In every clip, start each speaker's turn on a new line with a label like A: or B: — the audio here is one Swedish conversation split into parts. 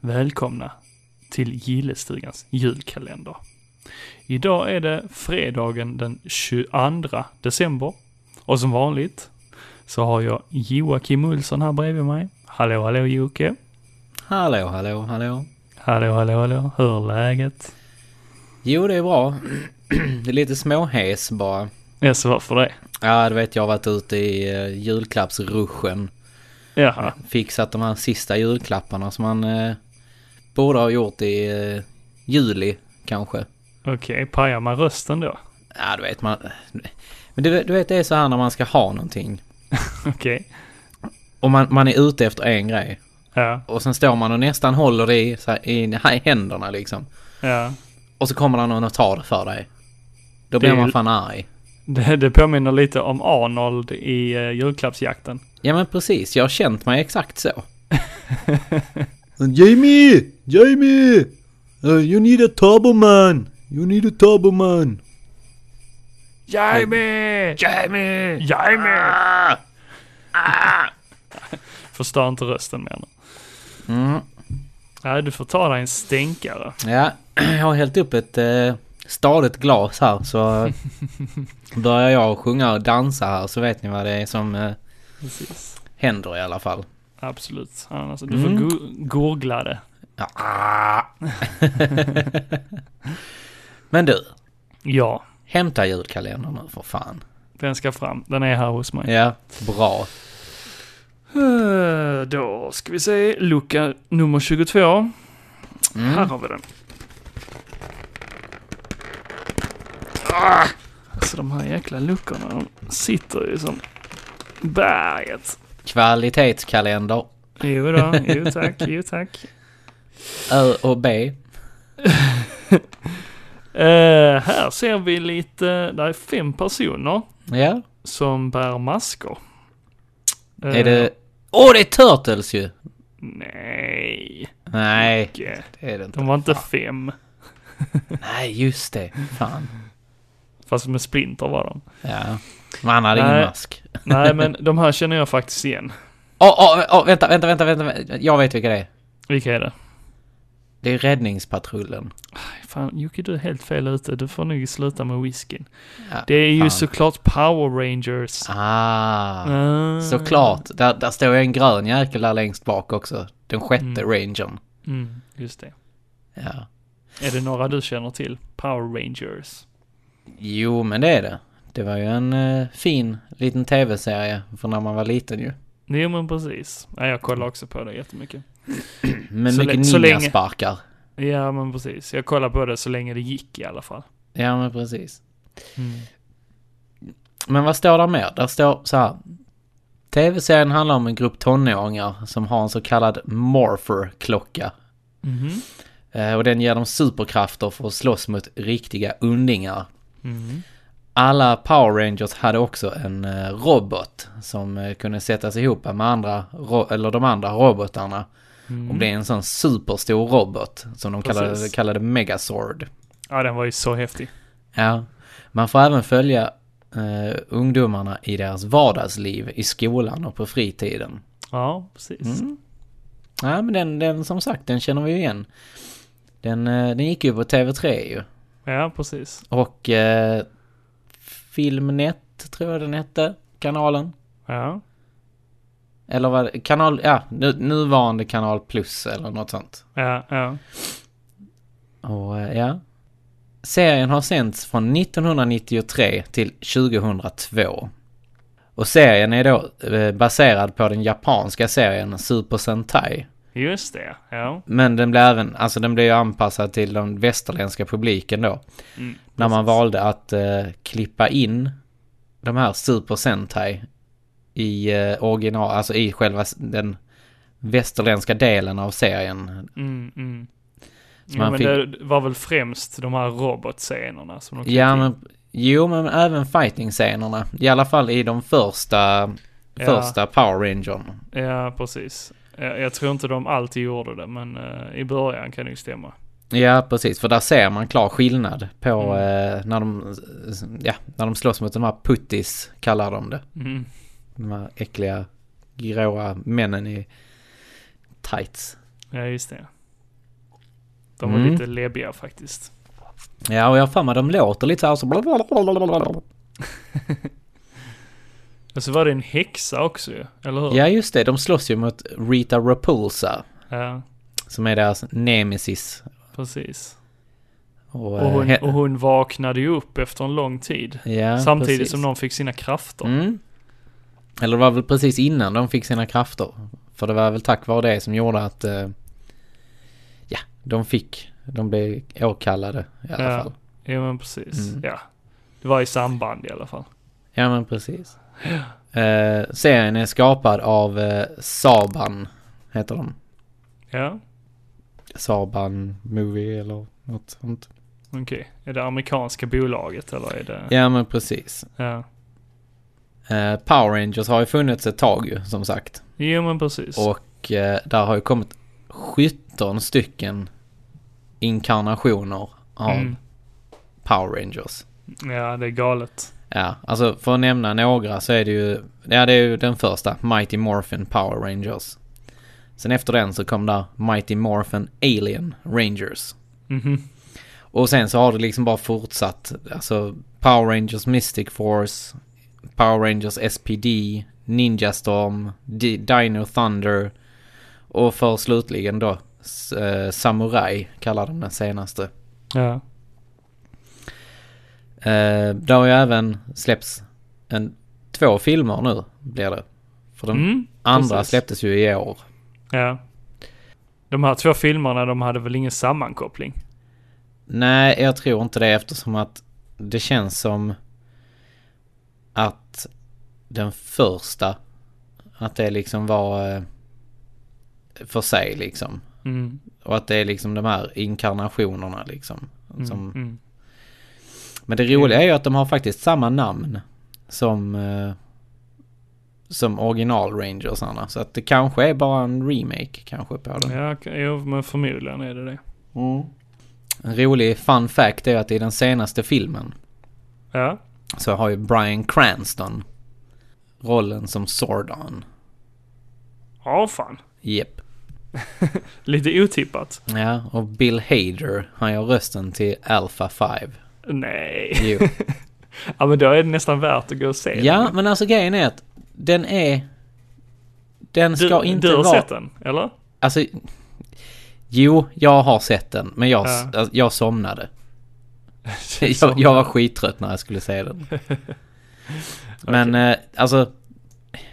A: Välkomna till Gillestugans julkalender. Idag är det fredagen den 22 december. Och som vanligt så har jag Joakim Olsson här bredvid mig. Hallå, hallå Jocke.
B: Hallå, hallå, hallå.
A: Hallå, hallå, hallå. Hur är läget?
B: Jo, det är bra. Det är lite småhes bara.
A: Jaså, varför det?
B: Ja, du vet, jag har varit ute i eh, julklappsruschen.
A: Jaha,
B: Fixat de här sista julklapparna som man eh, borde ha gjort i eh, juli, kanske.
A: okej. Pajar man rösten då?
B: Ja, du vet, man... Men du, du vet, det är så här när man ska ha någonting.
A: Okej.
B: Och man, man är ute efter en grej.
A: Ja,
B: Och sen står man och nästan håller det i, så här, i, i händerna liksom.
A: ja.
B: Och så kommer det någon och tar det för dig.
A: Det
B: Då blir
A: är
B: man
A: ju-
B: fan arg.
A: Det, det påminner lite om Arnold i eh, julklappsjakten.
B: Ja men precis, jag har känt mig exakt så. Jamie! Jamie! Uh, you need a turboman! You need a turboman!
A: Jamie!
B: Jamie!
A: Jamie! Förstör Ah! inte rösten mer nu.
B: Mm.
A: Nej, du får ta dig en stänkare.
B: Ja, jag har hällt upp ett eh, stadigt glas här så eh, börjar jag sjunga och dansa här så vet ni vad det är som eh,
A: Precis.
B: händer i alla fall.
A: Absolut. Annars, du får
B: Mm.
A: go- googla det.
B: Ja. ah. men du,
A: Ja,
B: hämta julkalendern nu för fan.
A: den ska fram. Den är här hos mig.
B: Ja, bra.
A: Eh, Då ska vi se. Lucka nummer 22.
B: Mm,
A: Här har vi den. Ah! Alltså de här jäkla luckorna, de sitter ju som berget.
B: Kvalitetskalender
A: Jo då, jo tack, jo tack.
B: Ö och B.
A: Eh, här ser vi lite, där är fem personer
B: Ja.
A: som bär masker. Eh,
B: Är det... Åh, det är Turtles ju!
A: Nej,
B: Nej,
A: Jocke.
B: det är det inte.
A: de var inte fem.
B: Nej, just det. Fan.
A: Fast med Splinter var de.
B: Ja. Man hade ingen
A: Nej.
B: mask.
A: Nej, men de här känner jag faktiskt igen.
B: Åh, åh, åh, vänta, vänta, vänta, vänta. Jag vet vilka det är.
A: Vilka är det?
B: Det är Räddningspatrullen.
A: Fan, Jocke du är helt fel ute. Du får nog sluta med whiskyn.
B: Ja,
A: Det är ju
B: fan.
A: såklart Power Rangers.
B: Ah,
A: Ah.
B: såklart. Där, där står ju en grön jäkel där längst bak också. Den sjätte
A: Mm.
B: rangern.
A: Mm, just det.
B: Ja.
A: Är det några du känner till? Power Rangers.
B: Jo, men det är det. Det var ju en eh, fin liten tv-serie för när man var liten ju.
A: Jo men precis. Ja, jag kollar också på det jättemycket.
B: Med
A: Så lä-
B: mycket
A: så länge-
B: ninjasparkar.
A: Ja men precis. Jag kollar på det så länge det gick i alla fall.
B: Ja, men precis.
A: Mm.
B: Men vad står där mer? Där står så här. TV-serien handlar om en grupp tonåringar som har en så kallad morpher-klocka.
A: Mhm.
B: Eh, Och den ger dem superkrafter för att slåss mot riktiga undingar.
A: Mhm.
B: Alla Power Rangers hade också en eh, robot som eh, kunde sättas ihop med andra, ro- eller de andra robotarna
A: Mm.
B: och bli en sån superstor robot som de kallade,
A: Precis.
B: kallade Megazord.
A: Ja den var ju så häftig.
B: Ja, man får även följa eh, ungdomarna i deras vardagsliv i skolan och på fritiden.
A: Ja precis.
B: Mm. Ja, men den, den som sagt, den känner vi ju igen. Den, eh, den gick ju på TV3 ju.
A: Ja precis.
B: Och eh, Filmnet tror jag den hette, kanalen.
A: Ja.
B: Eller vad, kanal, ja, nu, nuvarande kanal plus eller något sånt.
A: Ja, ja.
B: Och eh, ja. Serien har sänts från 1993 till 2002. Och serien är då eh, baserad på den japanska serien Super Sentai.
A: Just det. Ja.
B: Men den blev även, alltså den blev ju anpassad till den västerländska publiken då.
A: Mm,
B: när man
A: precis.
B: valde att eh, klippa in de här Super Sentai i eh, original, alltså i själva s- den västerländska delen av serien.
A: Mm, mm. Jo,
B: man
A: men
B: fick-
A: det var väl främst de här robotscenerna som de klippte
B: Ja
A: in.
B: men, jo men även fighting-scenerna. I alla fall i de första,
A: Ja.
B: första Power Rangern.
A: Ja, precis. Jag, jag tror inte de alltid gjorde det, men eh, i början kan det ju stämma.
B: Ja precis, för där ser man klar skillnad på
A: Mm.
B: eh, när, de, ja, när de slåss mot de här puttis, kallar de det.
A: Mm.
B: De här äckliga gråa männen i tights.
A: Ja, just det. De var
B: Mm.
A: lite läbbiga faktiskt.
B: Ja, och jag har för mig de låter lite så här så... blablabla.
A: Och så Alltså, var det en häxa också ju, eller hur?
B: Ja, just det. De slåss ju mot Rita Repulsa,
A: Ja,
B: som är deras nemesis.
A: precis.
B: Och,
A: Och hon,
B: eh,
A: och hon vaknade ju upp efter en lång tid.
B: ja,
A: samtidigt
B: precis.
A: som någon fick sina krafter.
B: Mm. Eller det var väl precis innan de fick sina krafter. För det var väl tack vare det som gjorde att... eh, ja, de fick... De blev åkallade i alla
A: Ja.
B: fall.
A: Ja, men precis.
B: Mm.
A: Ja. Det var i samband i alla fall.
B: Ja, men precis. Eh, serien är skapad av eh, Saban, heter de.
A: Ja,
B: Saban Movie eller något sånt.
A: okej. Är det amerikanska bolaget eller är det...
B: Ja, men precis.
A: Ja.
B: Eh, Power Rangers har ju funnits ett tag ju, som sagt.
A: Jo, men precis.
B: Och eh, där har ju kommit 17 stycken inkarnationer av
A: Mm.
B: Power Rangers.
A: Ja, det är galet.
B: Ja, alltså för att nämna några så är det ju, ja det är ju den första, Mighty Morphin Power Rangers. Sen efter den så kom där Mighty Morphin Alien Rangers.
A: Mhm.
B: Och sen så har det liksom bara fortsatt, alltså Power Rangers Mystic Force, Power Rangers SPD, Ninja Storm, D- Dino Thunder och för slutligen då s- eh, Samurai kallar de den senaste.
A: Ja.
B: Eh, det har ju även släppts en, två filmer nu blir det. För den
A: Mm.
B: andra
A: precis.
B: släpptes ju i år.
A: Ja. De här två filmerna, de hade väl ingen sammankoppling?
B: Nej, jag tror inte det eftersom att det känns som att den första, att det liksom var eh, för sig liksom.
A: Mm.
B: Och att det är liksom de här inkarnationerna liksom.
A: Mm.
B: Som,
A: Mm.
B: Men det roliga är ju att de har faktiskt samma namn som, eh, som original Rangersarna. Så att det kanske är bara en remake kanske på den.
A: Ja, k- jo, men förmodligen är det det. Mm.
B: En rolig fun fact är att i den senaste filmen
A: Ja.
B: så har ju Bryan Cranston rollen som Sordon.
A: Ja, fan.
B: Jep.
A: Lite otippat.
B: Ja, och Bill Hader, han gör rösten till Alpha 5.
A: Nej.
B: Jo.
A: Ja, men då är det nästan värt att gå och se den.
B: ja, men alltså grejen är att den är... Den
A: Du,
B: ska inte
A: du har
B: vara...
A: sett den, eller?
B: Alltså... Jo, jag har sett den, men jag,
A: Ja.
B: alltså, jag somnade. jag, jag var skittrött när jag skulle se den. Men eh, alltså,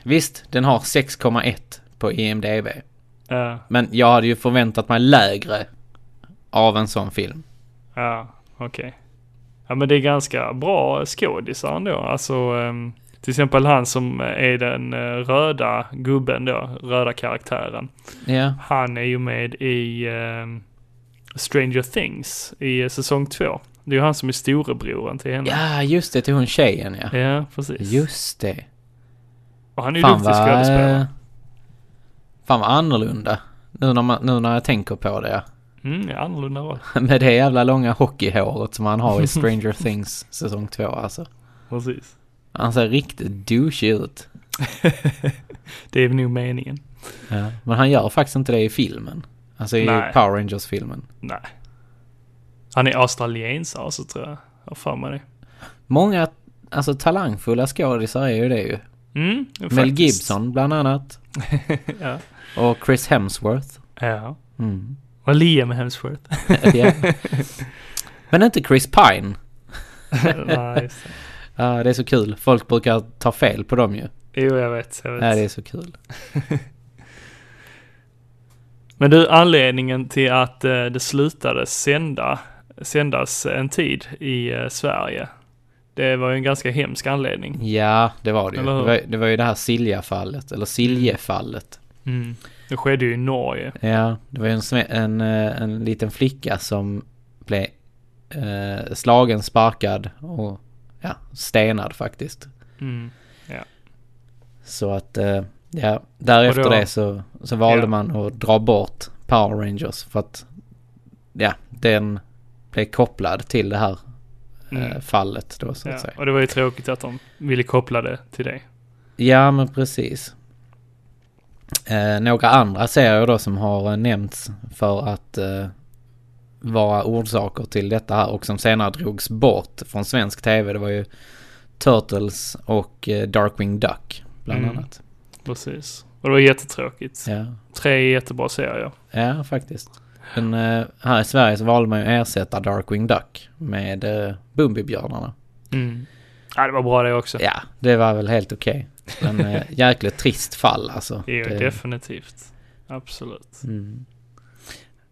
B: visst, den har 6,1 på IMDB.
A: Ja,
B: Men jag hade ju förväntat mig lägre av en sån film.
A: ja okej. Ja, men det är ganska bra skådisar ändå. Alltså, ehm, till exempel han som är den eh, röda gubben då, röda karaktären.
B: Ja,
A: Han är ju med i ehm, Stranger Things i eh, säsong två. Det är ju han som är storebroren till henne.
B: ja just det, till hon tjejen ja.
A: Ja, precis.
B: Just det.
A: Och han är ju duktig skådespelare.
B: Fan vad annorlunda. Nu när, man, nu när jag tänker på det
A: Mm, ja, annorlunda roll.
B: ja. Med det jävla långa hockeyhåret som han har i Stranger Things säsong 2 alltså.
A: Precis.
B: Han ser riktigt douchey ut.
A: Det är nog meningen.
B: Ja. Men han gör faktiskt inte det i filmen. Alltså i
A: Nej.
B: Power Rangers-filmen.
A: Nej. Han är australiensare så tror jag. Jag har för mig det.
B: Många, alltså talangfulla skådisar är ju det ju.
A: Mm,
B: Mel
A: faktiskt.
B: Gibson bland annat.
A: ja.
B: Och Chris Hemsworth.
A: ja.
B: Mm.
A: Och Liam Hemsworth.
B: Ja. Men inte Chris Pine.
A: Nej, just det.
B: Ja, det är så kul. Folk brukar ta fel på dem ju.
A: Jo, jag vet. Jag vet.
B: Ja, det är så kul.
A: Men du, anledningen till att eh, det slutade sända, sändas en tid i eh, Sverige. Det var ju en ganska hemsk anledning.
B: Ja, det var det ju. Det
A: Eller hur?
B: var, det var ju det här Silja-fallet, eller Siljefallet.
A: Mm. Det skedde ju i Norge.
B: Ja, det var ju en, sme- en, eh, en liten flicka som blev eh, slagen, sparkad och ja, stenad faktiskt.
A: Mm.
B: Så att, eh, ja, därefter
A: Och då-
B: det så, så valde
A: Ja.
B: man att dra bort Power Rangers för att, ja, den blev kopplad till det här eh,
A: Mm.
B: fallet då så att
A: Ja.
B: säga.
A: Och det var ju tråkigt att de ville koppla det till dig.
B: Ja, men precis. Eh, några andra serier då som har eh, nämnts för att eh, vara orsaker till detta här och som senare drogs bort från svensk tv. Det var ju Turtles och eh, Darkwing Duck bland
A: Mm.
B: annat.
A: Precis. Och det var jättetråkigt.
B: Ja.
A: Tre jättebra serier.
B: Ja, faktiskt. Men eh, här i Sverige så valde man ju att ersätta Darkwing Duck med eh, Bumbibjörnarna.
A: Mm. Ja, det var bra det också.
B: Ja, det var väl helt okej. Men eh, jäkligt trist fall alltså.
A: Jo,
B: Det-
A: definitivt. Absolut.
B: Mm.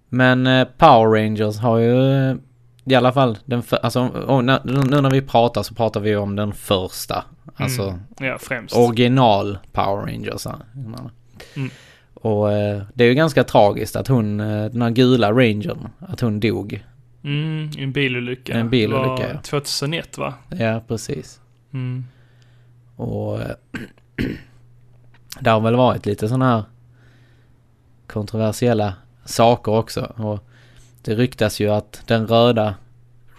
B: Men eh, Power Rangers har ju eh, i alla fall den för, alltså, och, när, nu när vi pratar så pratar vi om den första.
A: Mm.
B: Alltså
A: Ja, främst.
B: original Power Rangers. här.
A: Mm.
B: Och eh, det är ju ganska tragiskt att hon, eh, den här gula rangern, att hon dog.
A: Mm, en bilolycka.
B: En bilolycka,
A: Det var
B: ja.
A: 2001 va?
B: Ja, precis.
A: Mm.
B: Och eh, det har väl varit lite sådana här kontroversiella saker också. Och det ryktas ju att den röda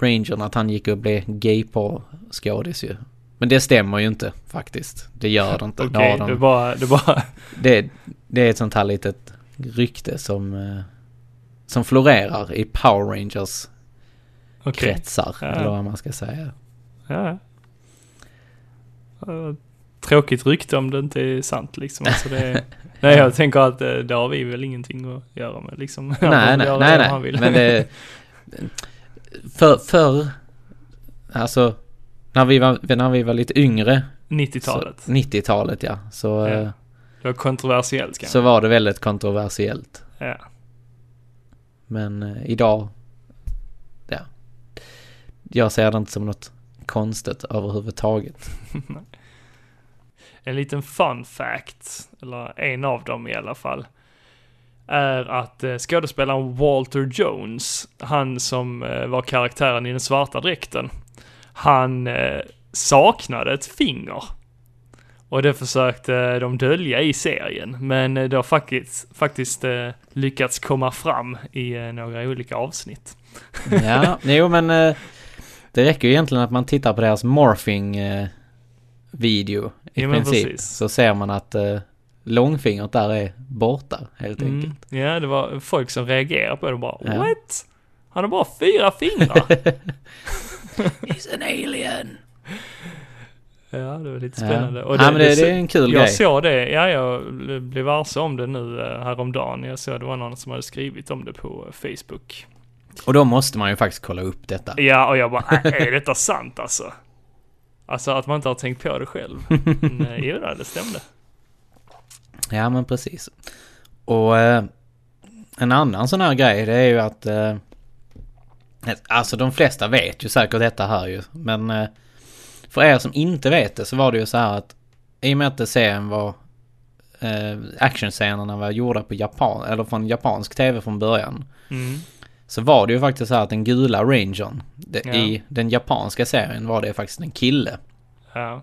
B: rangern, att han gick och blev gayporrskådis ju. Men det stämmer ju inte faktiskt. Det gör det inte. Det har
A: Okej,
B: de-
A: det bara, det bara...
B: det, det är ett sånt här litet rykte som, eh, som florerar i Power Rangers
A: Okej.
B: kretsar.
A: Ja.
B: Eller vad man ska säga.
A: Ja. Ja, Tråkigt rykte om det inte är sant liksom. Alltså det, nej, jag tänker att eh, det har vi väl ingenting att göra med liksom. Han får
B: nej,
A: väl
B: nej,
A: göra
B: nej,
A: det han
B: nej.
A: vill.
B: Men det... För, förr, alltså, när vi var, när vi var lite yngre, så,
A: 90-talet.
B: 90-talet ja, så,
A: Ja,
B: eh,
A: Det var kontroversiellt kanske.
B: så var det väldigt kontroversiellt.
A: Ja.
B: Men eh, idag, ja. Jag ser det inte som något konstigt överhuvudtaget.
A: En liten fun fact, eller en av dem i alla fall, är att eh, skådespelaren Walter Jones, han som eh, var karaktären i den svarta dräkten, han eh, saknade ett finger. Och det försökte eh, de dölja i serien, men eh, det har faktiskt, faktiskt eh, lyckats komma fram i eh, några olika avsnitt.
B: Ja, jo men eh, det räcker ju egentligen att man tittar på deras morphing eh, video i
A: Ja, men
B: princip.
A: precis.
B: Så ser man att eh, långfingret där är borta helt enkelt.
A: Mm. Ja, det var folk som reagerade på det och bara
B: Ja.
A: What? Han har bara fyra fingrar!
B: He's an alien!
A: Ja, det var lite
B: Ja.
A: spännande.
B: Ja, men det- det är en kul
A: jag
B: grej.
A: såg det, ja jag blev varse om det nu eh, häromdagen. Jag såg det var någon som hade skrivit om det på eh, Facebook.
B: Och då måste man ju faktiskt kolla upp detta.
A: Ja, och jag bara, "Äh, är detta sant alltså? Alltså att man inte har tänkt på det själv. Men eh, jo, då, det stämde.
B: Ja, men precis. Och eh, en annan sån här grej, det är ju att... Eh, alltså de flesta vet ju säkert detta här ju, men... Eh, för er som inte vet det så var det ju så här att... I och med att det serien var... Eh, actionscenerna var gjorda på Japan, eller från japansk tv från början.
A: Mm.
B: Så var det ju faktiskt så här att den gula rangern, det,
A: Ja.
B: i den japanska serien var det faktiskt en kille.
A: Ja.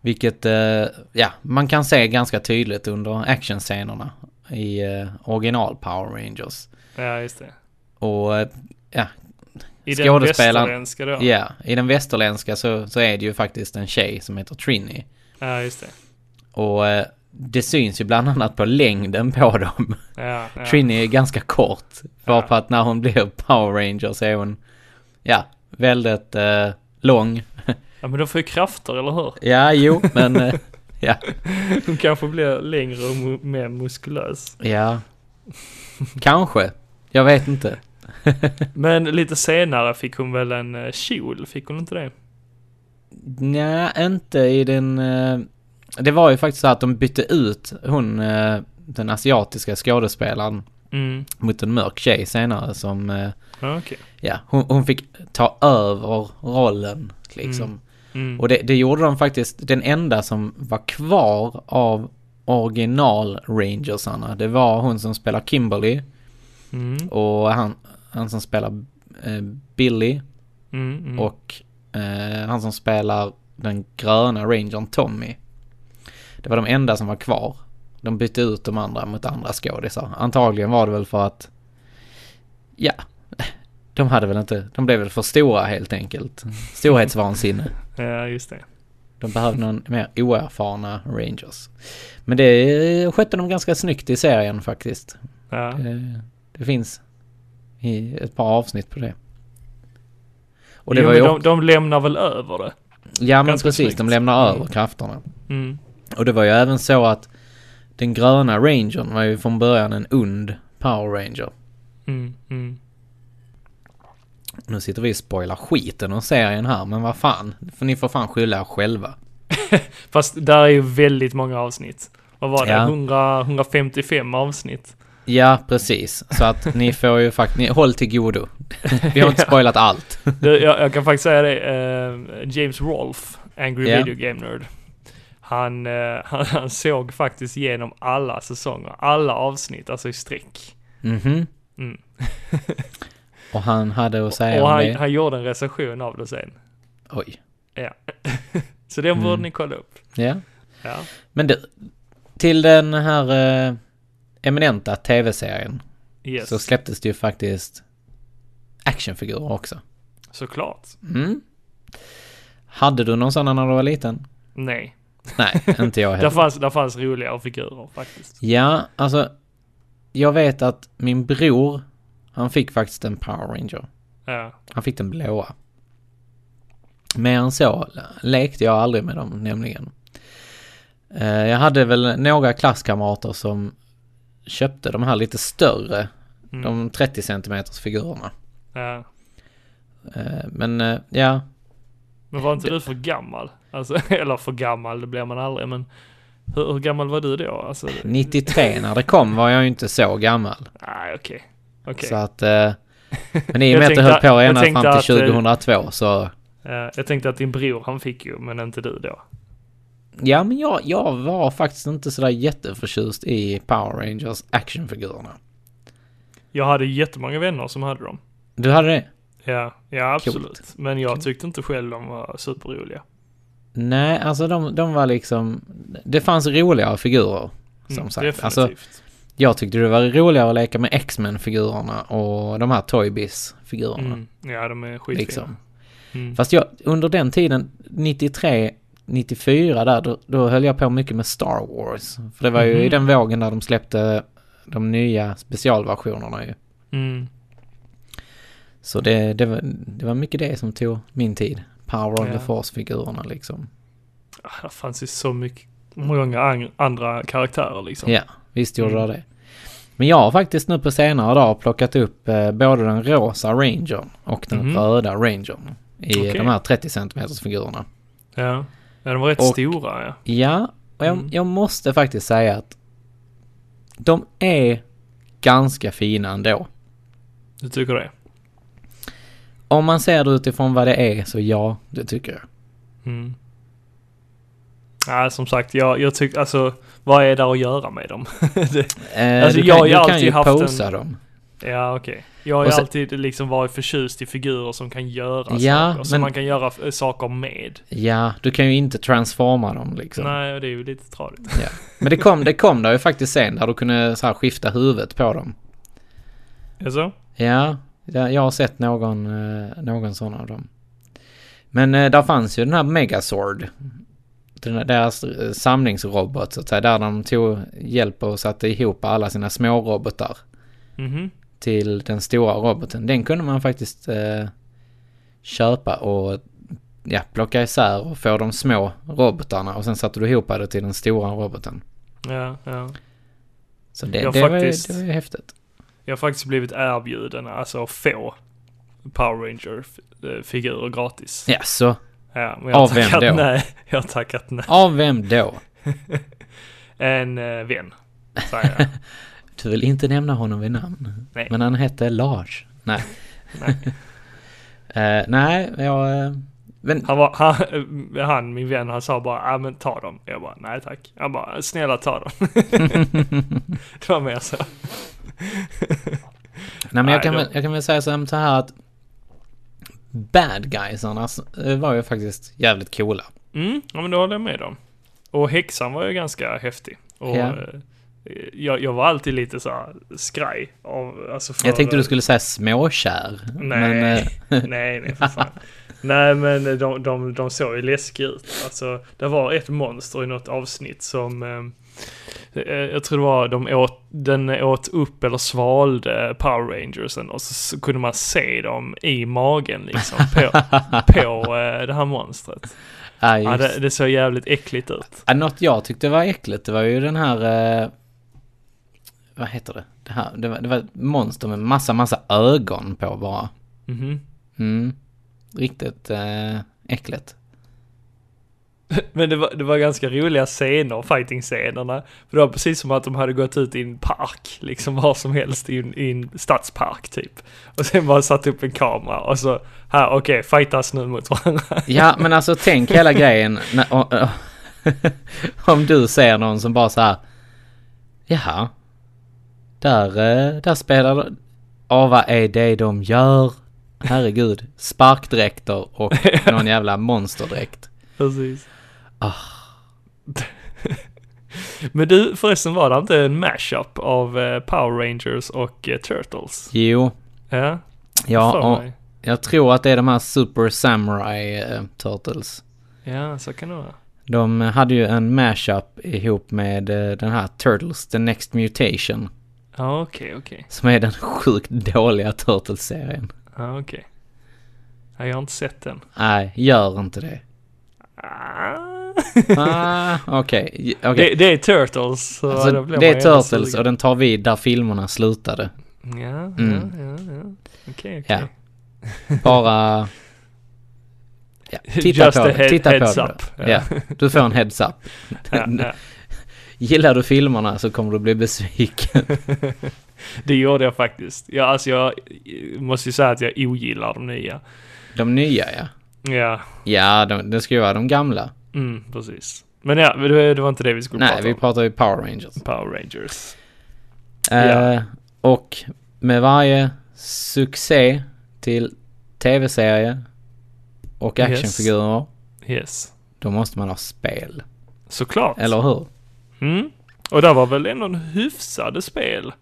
B: Vilket, eh, ja, man kan se ganska tydligt under actionscenerna i eh, original Power Rangers.
A: ja, just det.
B: Och eh,
A: I den
B: Skådespelaren-
A: västerländska då?
B: ja, i den västerländska så, så är det ju faktiskt en tjej som heter Trini.
A: Ja, just det.
B: Och eh, det syns ju bland annat på längden på dem.
A: Ja, ja.
B: Trini är ganska kort. Bara på att när hon blir Power Ranger så är hon, ja, väldigt eh, lång.
A: ja, men de får ju krafter, eller hur?
B: Ja, jo, men, eh, ja.
A: De kanske blir längre och mu- mer muskulös.
B: Ja. Kanske. Jag vet inte.
A: Men lite senare fick hon väl en eh, kjol, fick hon inte det?
B: Nej, inte i den... eh, Det var ju faktiskt så att de bytte ut hon, eh, den asiatiska skådespelaren,
A: Mm.
B: mot en mörk tjej senare som, eh,
A: Okej.
B: ja, hon, hon fick ta över rollen liksom.
A: Mm. Mm.
B: Och det, det gjorde de faktiskt, den enda som var kvar av original Rangersarna, det var hon som spelar Kimberly
A: Mm.
B: och han, han som spelar eh, Billy
A: Mm. Mm.
B: och eh, han som spelar den gröna rangern Tommy. Det var de enda som var kvar. De bytte ut de andra mot andra skådisar. Antagligen var det väl för att, ja, de hade väl inte, de blev väl för stora helt enkelt.
A: Mm.
B: Storhetsvansinne.
A: Ja, just det.
B: De behövde någon mer oerfarna rangers. Men det eh, skötte de ganska snyggt i serien faktiskt.
A: Ja.
B: Det, det finns i ett par avsnitt på det.
A: Och det jo, var ju... de, de lämnar väl över det?
B: Ja men precis, snyggt. de lämnar över krafterna. Mm. Och det var ju även så att den gröna rangern var ju från början en ond power ranger. Mm, mm. Nu sitter vi och spoilar skiten ur serien här, men vad fan. För ni får fan skylla er själva.
A: Fast där är ju väldigt många avsnitt. Vad var det? Ja. 100, 155 avsnitt.
B: Ja, precis. Så att ni får ju faktiskt, håll till godo. Vi har inte spoilat allt.
A: du, jag, jag, kan faktiskt säga det, uh, James Rolfe, Angry yeah. Video Game Nerd. Han, uh, han, han, såg faktiskt genom alla säsonger, alla avsnitt, alltså i streck. Mm-hmm. Mm.
B: Mhm. och han hade att
A: och,
B: säga
A: och han,
B: det.
A: han gjorde en recension av det sen.
B: Oj.
A: Ja. Så den mm. borde ni kolla upp.
B: Ja. ja. Men du, till den här... Uh, eminenta tv-serien yes. så släpptes det ju faktiskt actionfigurer också.
A: Såklart.
B: Mm. Hade du någon sån när du var liten?
A: Nej.
B: Nej, inte jag heller.
A: där, fanns, där fanns roligare figurer faktiskt.
B: Ja, alltså. Jag vet att min bror, han fick faktiskt en Power Ranger. Ja. Han fick den blåa. Mer än så lekte jag aldrig med dem nämligen. Eh, Jag hade väl några klasskamrater som köpte de här lite större, mm. de 30 centimeters figurerna. Ja. Men eh, ja.
A: Men var inte du för gammal? Alltså, eller för gammal, det blir man aldrig, men hur, hur gammal var du då? Alltså,
B: Mm. 93 när det kom var jag ju inte så gammal.
A: Nej, okej. Okay. okay.
B: Så att, eh, men i och med att det höll på ända fram till 2002 att, eh, så.
A: Eh, Jag tänkte att din bror han fick ju, men inte du då.
B: Ja, men jag, jag var faktiskt inte sådär jätteförtjust i Power Rangers actionfigurerna.
A: Jag hade jättemånga vänner som hade dem.
B: Du hade det?
A: Ja, ja absolut. Coolt. Men jag tyckte inte själv de var superroliga.
B: Nej, alltså de, de var liksom... Det fanns roligare figurer, som mm, sagt. Definitivt. Alltså, jag tyckte det var roligare att leka med X-Men-figurerna och de här Toybiz-figurerna. Mm,
A: ja, de är skitfina. Liksom.
B: Mm. Fast jag, under den tiden, 93, 94 där, då, då höll jag på mycket med Star Wars. För det var ju mm. i den vågen där de släppte de nya specialversionerna ju. Mm. Så det, det, var, det var mycket det som tog min tid. Power of ja. the Force-figurerna liksom.
A: Ja, Ah, det fanns ju så mycket, många ang- andra karaktärer liksom.
B: Ja, visst gjorde mm. det. Men jag har faktiskt nu på senare dag plockat upp eh, både den rosa rangern och den mm. röda rangern i okay. de här 30 centimeters figurerna.
A: Ja. Ja, de var rätt och, stora. Ja,
B: ja och jag, mm. jag, måste faktiskt säga att de är ganska fina ändå.
A: Du tycker det?
B: Om man ser det utifrån vad det är så ja, det tycker jag.
A: Mm. Ja, som sagt, jag, jag tycker alltså vad är där att göra med dem? det,
B: eh, alltså, du kan, jag, du jag kan ju posa en... dem.
A: Ja, okej. Okay. Jag har ju sen, alltid liksom varit förtjust i figurer som kan göra ja, saker, som men, man kan göra f- saker med.
B: Ja, du kan ju inte transforma dem liksom.
A: Nej, det är ju lite tradigt.
B: Ja. Men det kom, det kom där ju faktiskt sen, där du kunde så här skifta huvudet på dem.
A: Jaså?
B: Ja, jag har sett någon, eh, någon sån av dem. Men eh, där fanns ju den här Megazord. Deras eh, samlingsrobot så att säga, där de tog hjälp och satte ihop alla sina små robotar.
A: Mhm.
B: Mm-hmm till den stora roboten. Den kunde man faktiskt eh, köpa och ja, plocka isär och få de små robotarna och sen satte du ihop det till den stora roboten.
A: Ja, ja.
B: Så det, jag det, faktiskt, var, det var ju häftigt.
A: Jag har faktiskt blivit erbjuden alltså att få Power Ranger-figurer gratis.
B: Jaså?
A: Ja, men jag Av vem då? Nej. Jag har tackat nej.
B: Av vem då?
A: en eh, vän, säger jag.
B: Du vill inte nämna honom vid namn. Nej. Men han hette Lars. Nej. nej. uh, nej, jag...
A: Men... Han, var, han, eh, han, min vän, han sa bara, ja men ta dem. Jag bara, nej tack. Han bara, snälla ta dem. det var mer så.
B: nej men nej, jag, kan då... väl, jag kan väl säga så här att bad guysarna eh, var ju faktiskt jävligt coola.
A: Mm, ja men då håller jag med dem. Och häxan var ju ganska häftig. Och, ja. Jag, jag, var alltid lite så här skraj. Av, alltså
B: jag tänkte du skulle säga småkär. eh,
A: Nej, men, nej, nej för fan. nej, men de, de, de såg ju läskiga ut. Alltså, det var ett monster i något avsnitt som eh, jag tror det var de åt, den åt upp eller svalde Power Rangersen och så, så kunde man se dem i magen liksom på, på eh, det här monstret.
B: Ja,
A: Ja,
B: just.
A: det, det såg jävligt äckligt ut.
B: Ja, något jag tyckte var äckligt, det var ju den här... Eh, vad heter det? Det, här, det, var, det var ett monster med massa, massa ögon på bara.
A: Mhm.
B: Mm. Riktigt eh, äckligt.
A: Men det var, det var ganska roliga scener, fighting-scenerna. För det var precis som att de hade gått ut i en park, liksom var som helst, i en, i en stadspark typ. Och sen bara satt upp en kamera och så, här okej, fightas nu mot varandra.
B: Ja, men alltså tänk hela grejen när, o- o- om du ser någon som bara så här. Jaha. Där, eh, där spelar de... Åh, vad är det de gör? Herregud. Sparkdräkter och någon jävla monsterdräkt.
A: Precis.
B: Ah.
A: Men du, förresten var det inte en mashup av eh, Power Rangers och eh, Turtles?
B: Jo,
A: Ja,
B: ja,
A: för
B: och,
A: mig.
B: Jag tror att det är de här Super Samurai eh, Turtles.
A: Ja, så kan det vara.
B: De hade ju en mashup ihop med eh, den här Turtles The Next Mutation.
A: Ja, okej, okej.
B: Som är den sjukt dåliga Turtles-serien.
A: Ja, okej. Ja, jag har inte sett den.
B: Nej, gör inte det.
A: Ah.
B: Ah, Okej, j- okej.
A: Det, det är Turtles. Så
B: Alltså,
A: då blir
B: det är
A: man ju ändå
B: Turtles
A: sugen.
B: och den tar vid där filmerna slutade.
A: Ja,
B: Mm.
A: ja, ja, ja. Okej, okej.
B: Ja. Bara... Ja, titta
A: Just
B: på
A: a
B: det.
A: he-
B: titta
A: heads
B: på
A: up.
B: det. Ja, du får en heads up.
A: Ja, ja.
B: Gillar du filmerna så kommer du bli besviken.
A: Det gjorde jag faktiskt. Ja, alltså jag måste ju säga att jag ogillar de nya.
B: De nya ja.
A: Ja,
B: Ja, de, det ska ju vara de gamla.
A: mm, precis. Men ja, det, det var inte det vi skulle
B: Nej,
A: prata
B: vi
A: om.
B: pratar ju Power Rangers.
A: Power Rangers. Ja.
B: Eh, och med varje succé till tv-serie och
A: Yes.
B: actionfigurer,
A: Yes.
B: då måste man ha spel.
A: Såklart.
B: Eller hur?
A: Mm. Och där var väl ändå en hyfsade spel.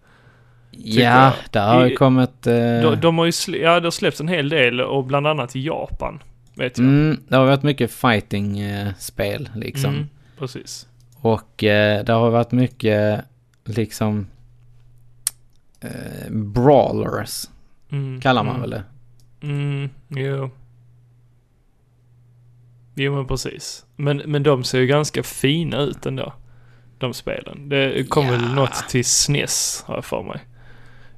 B: ja,
A: jag.
B: där har
A: I-
B: ju kommit... eh,
A: De, de har ju sl- ja, det har släppts en hel del och bland annat i Japan. Vet jag.
B: mm, det har varit mycket fighting-spel liksom.
A: Mm, precis.
B: Och eh, det har varit mycket liksom... Eh, brawlers
A: Mm,
B: kallar man
A: mm.
B: väl det.
A: Mm, jo. Jo men precis. Men, men de ser ju ganska fina ut ändå. De spelen. Det kom väl
B: Ja.
A: något till SNES har jag för mig.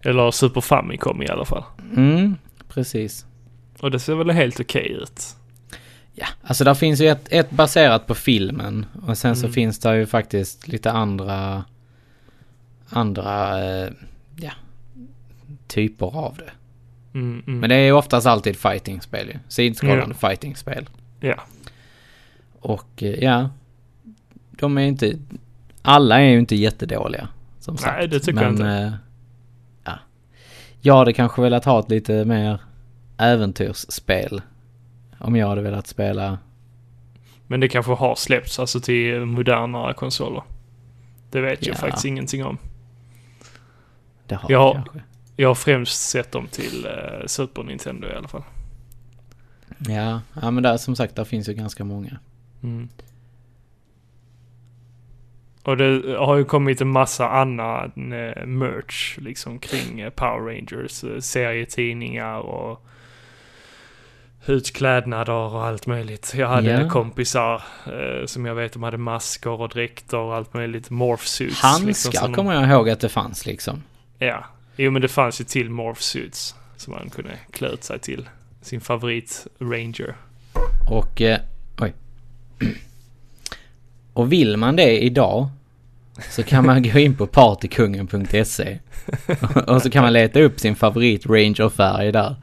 A: Eller Super Famicom i alla fall.
B: Mm, precis.
A: Och det ser väl helt okej ut.
B: Ja, alltså där finns ju ett, ett baserat på filmen och sen så
A: Mm.
B: finns det ju faktiskt lite andra andra eh, ja, typer av det.
A: Mm, mm.
B: Men det är ju oftast alltid fightingspel ju. Sidskrollande fightingspel.
A: Ja.
B: Och eh, ja, de är ju inte, alla är ju inte jättedåliga. Som sagt.
A: Nej, det tycker
B: Men,
A: jag inte.
B: eh, ja. Jag hade kanske velat ha ett lite mer äventyrsspel. Om jag hade velat spela
A: Men det kanske har släppts alltså till modernare konsoler. Det vet
B: Ja.
A: jag faktiskt ingenting om.
B: Det har
A: Ja.
B: vi kanske.
A: Jag har främst sett dem till eh, Super Nintendo i alla fall.
B: Ja, ja men där, som sagt, där finns ju ganska många.
A: Mm. Och det har ju kommit en massa annan eh, merch liksom kring eh, Power Rangers. eh, Serietidningar och utklädnader och allt möjligt. Jag hade
B: Ja.
A: kompisar eh, som jag vet de hade masker och dräkter och allt möjligt. Morph suits. liksom,
B: Handskar
A: som de-
B: kommer jag ihåg att det fanns liksom.
A: Ja. Jo men det fanns ju till morph suits som man kunde klä ut sig till. Sin favorit Ranger.
B: Och, eh, oj. Och vill man det idag så kan man gå in på partykungen.se och så kan man leta upp sin favorit Ranger-färg där.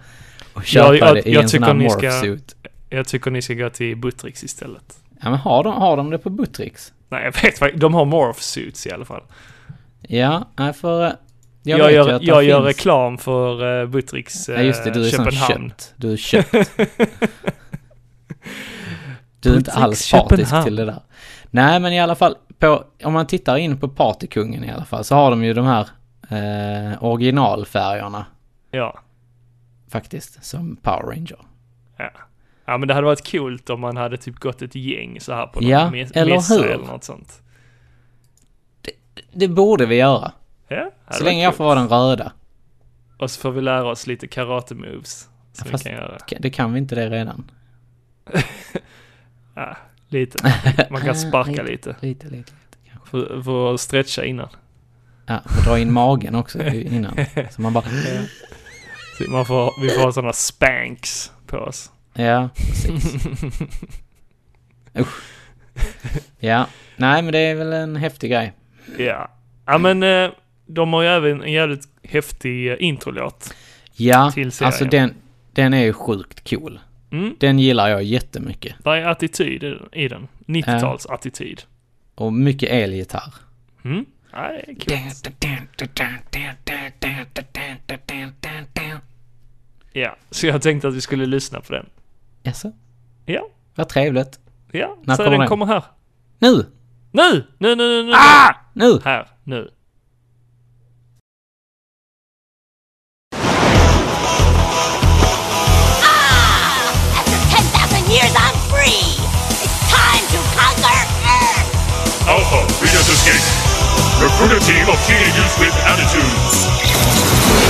B: Och köpa
A: jag-
B: det i
A: jag
B: en sån
A: tycker
B: här
A: ni
B: morph
A: ska-
B: suit.
A: Jag tycker ni ska gå till Buttricks istället.
B: Ja men har de, har de det på Buttricks?
A: Nej, jag vet faktiskt. De har morph suits i alla fall.
B: Ja, nej för... eh,
A: Jag,
B: Jag, vet
A: gör,
B: ju att det
A: jag gör
B: finns.
A: reklam för uh, Buttricks
B: Ja just det, du är
A: eh,
B: sån
A: Köpenhamn.
B: köpt. Du är köpt. du är inte
A: Butiks
B: alls partisk
A: Köpenhamn.
B: till det där. Nej men i alla fall, på, om man tittar in på Partykungen i alla fall så har de ju de här eh, originalfärgerna
A: Ja.
B: faktiskt som Power Ranger.
A: ja, men det hade varit coolt om man hade typ gått ett gäng så här på någon
B: Ja,
A: mäs-
B: eller
A: mässa
B: hur?
A: eller något sånt.
B: Det borde vi göra.
A: Ja,
B: Så länge jag får vara den röda.
A: Och så får vi lära oss lite karate moves. Som
B: Fast-
A: vi kan göra.
B: Ka- Det kan vi inte det redan.
A: Ja, lite. Man kan sparka lite.
B: Lite, lite.
A: För, för att stretcha innan.
B: Ja, och dra in magen också innan. Så man bara...
A: Så man får, vi får ha sådana spanks på oss.
B: Ja, precis. Usch. Ja, nej men det är väl en häftig grej.
A: Ja. Ja men eh, de har ju även en jävligt häftig eh, introlåt.
B: Ja,
A: Till serien.
B: alltså den, den är ju sjukt cool.
A: Mm.
B: Den gillar jag jättemycket.
A: Vad är attityd i- i den? 90-tals attityd.
B: Och mycket elgitarr.
A: Mm. Ja, det är kul. Ja, så jag tänkte att vi skulle lyssna på den.
B: Jaså?
A: Ja,
B: Vad trevligt.
A: ja.
B: När
A: så
B: kommer
A: den,
B: den?
A: kommer här.
B: Nu!
A: Nu! Nu, nu, nu, nu!
B: Ah! Nu!
A: Här, nu.
C: Ah! After 10,000 years, I'm free! It's time to conquer Earth!
D: Alpha, we just escaped. Recruit a team of teenagers with attitudes.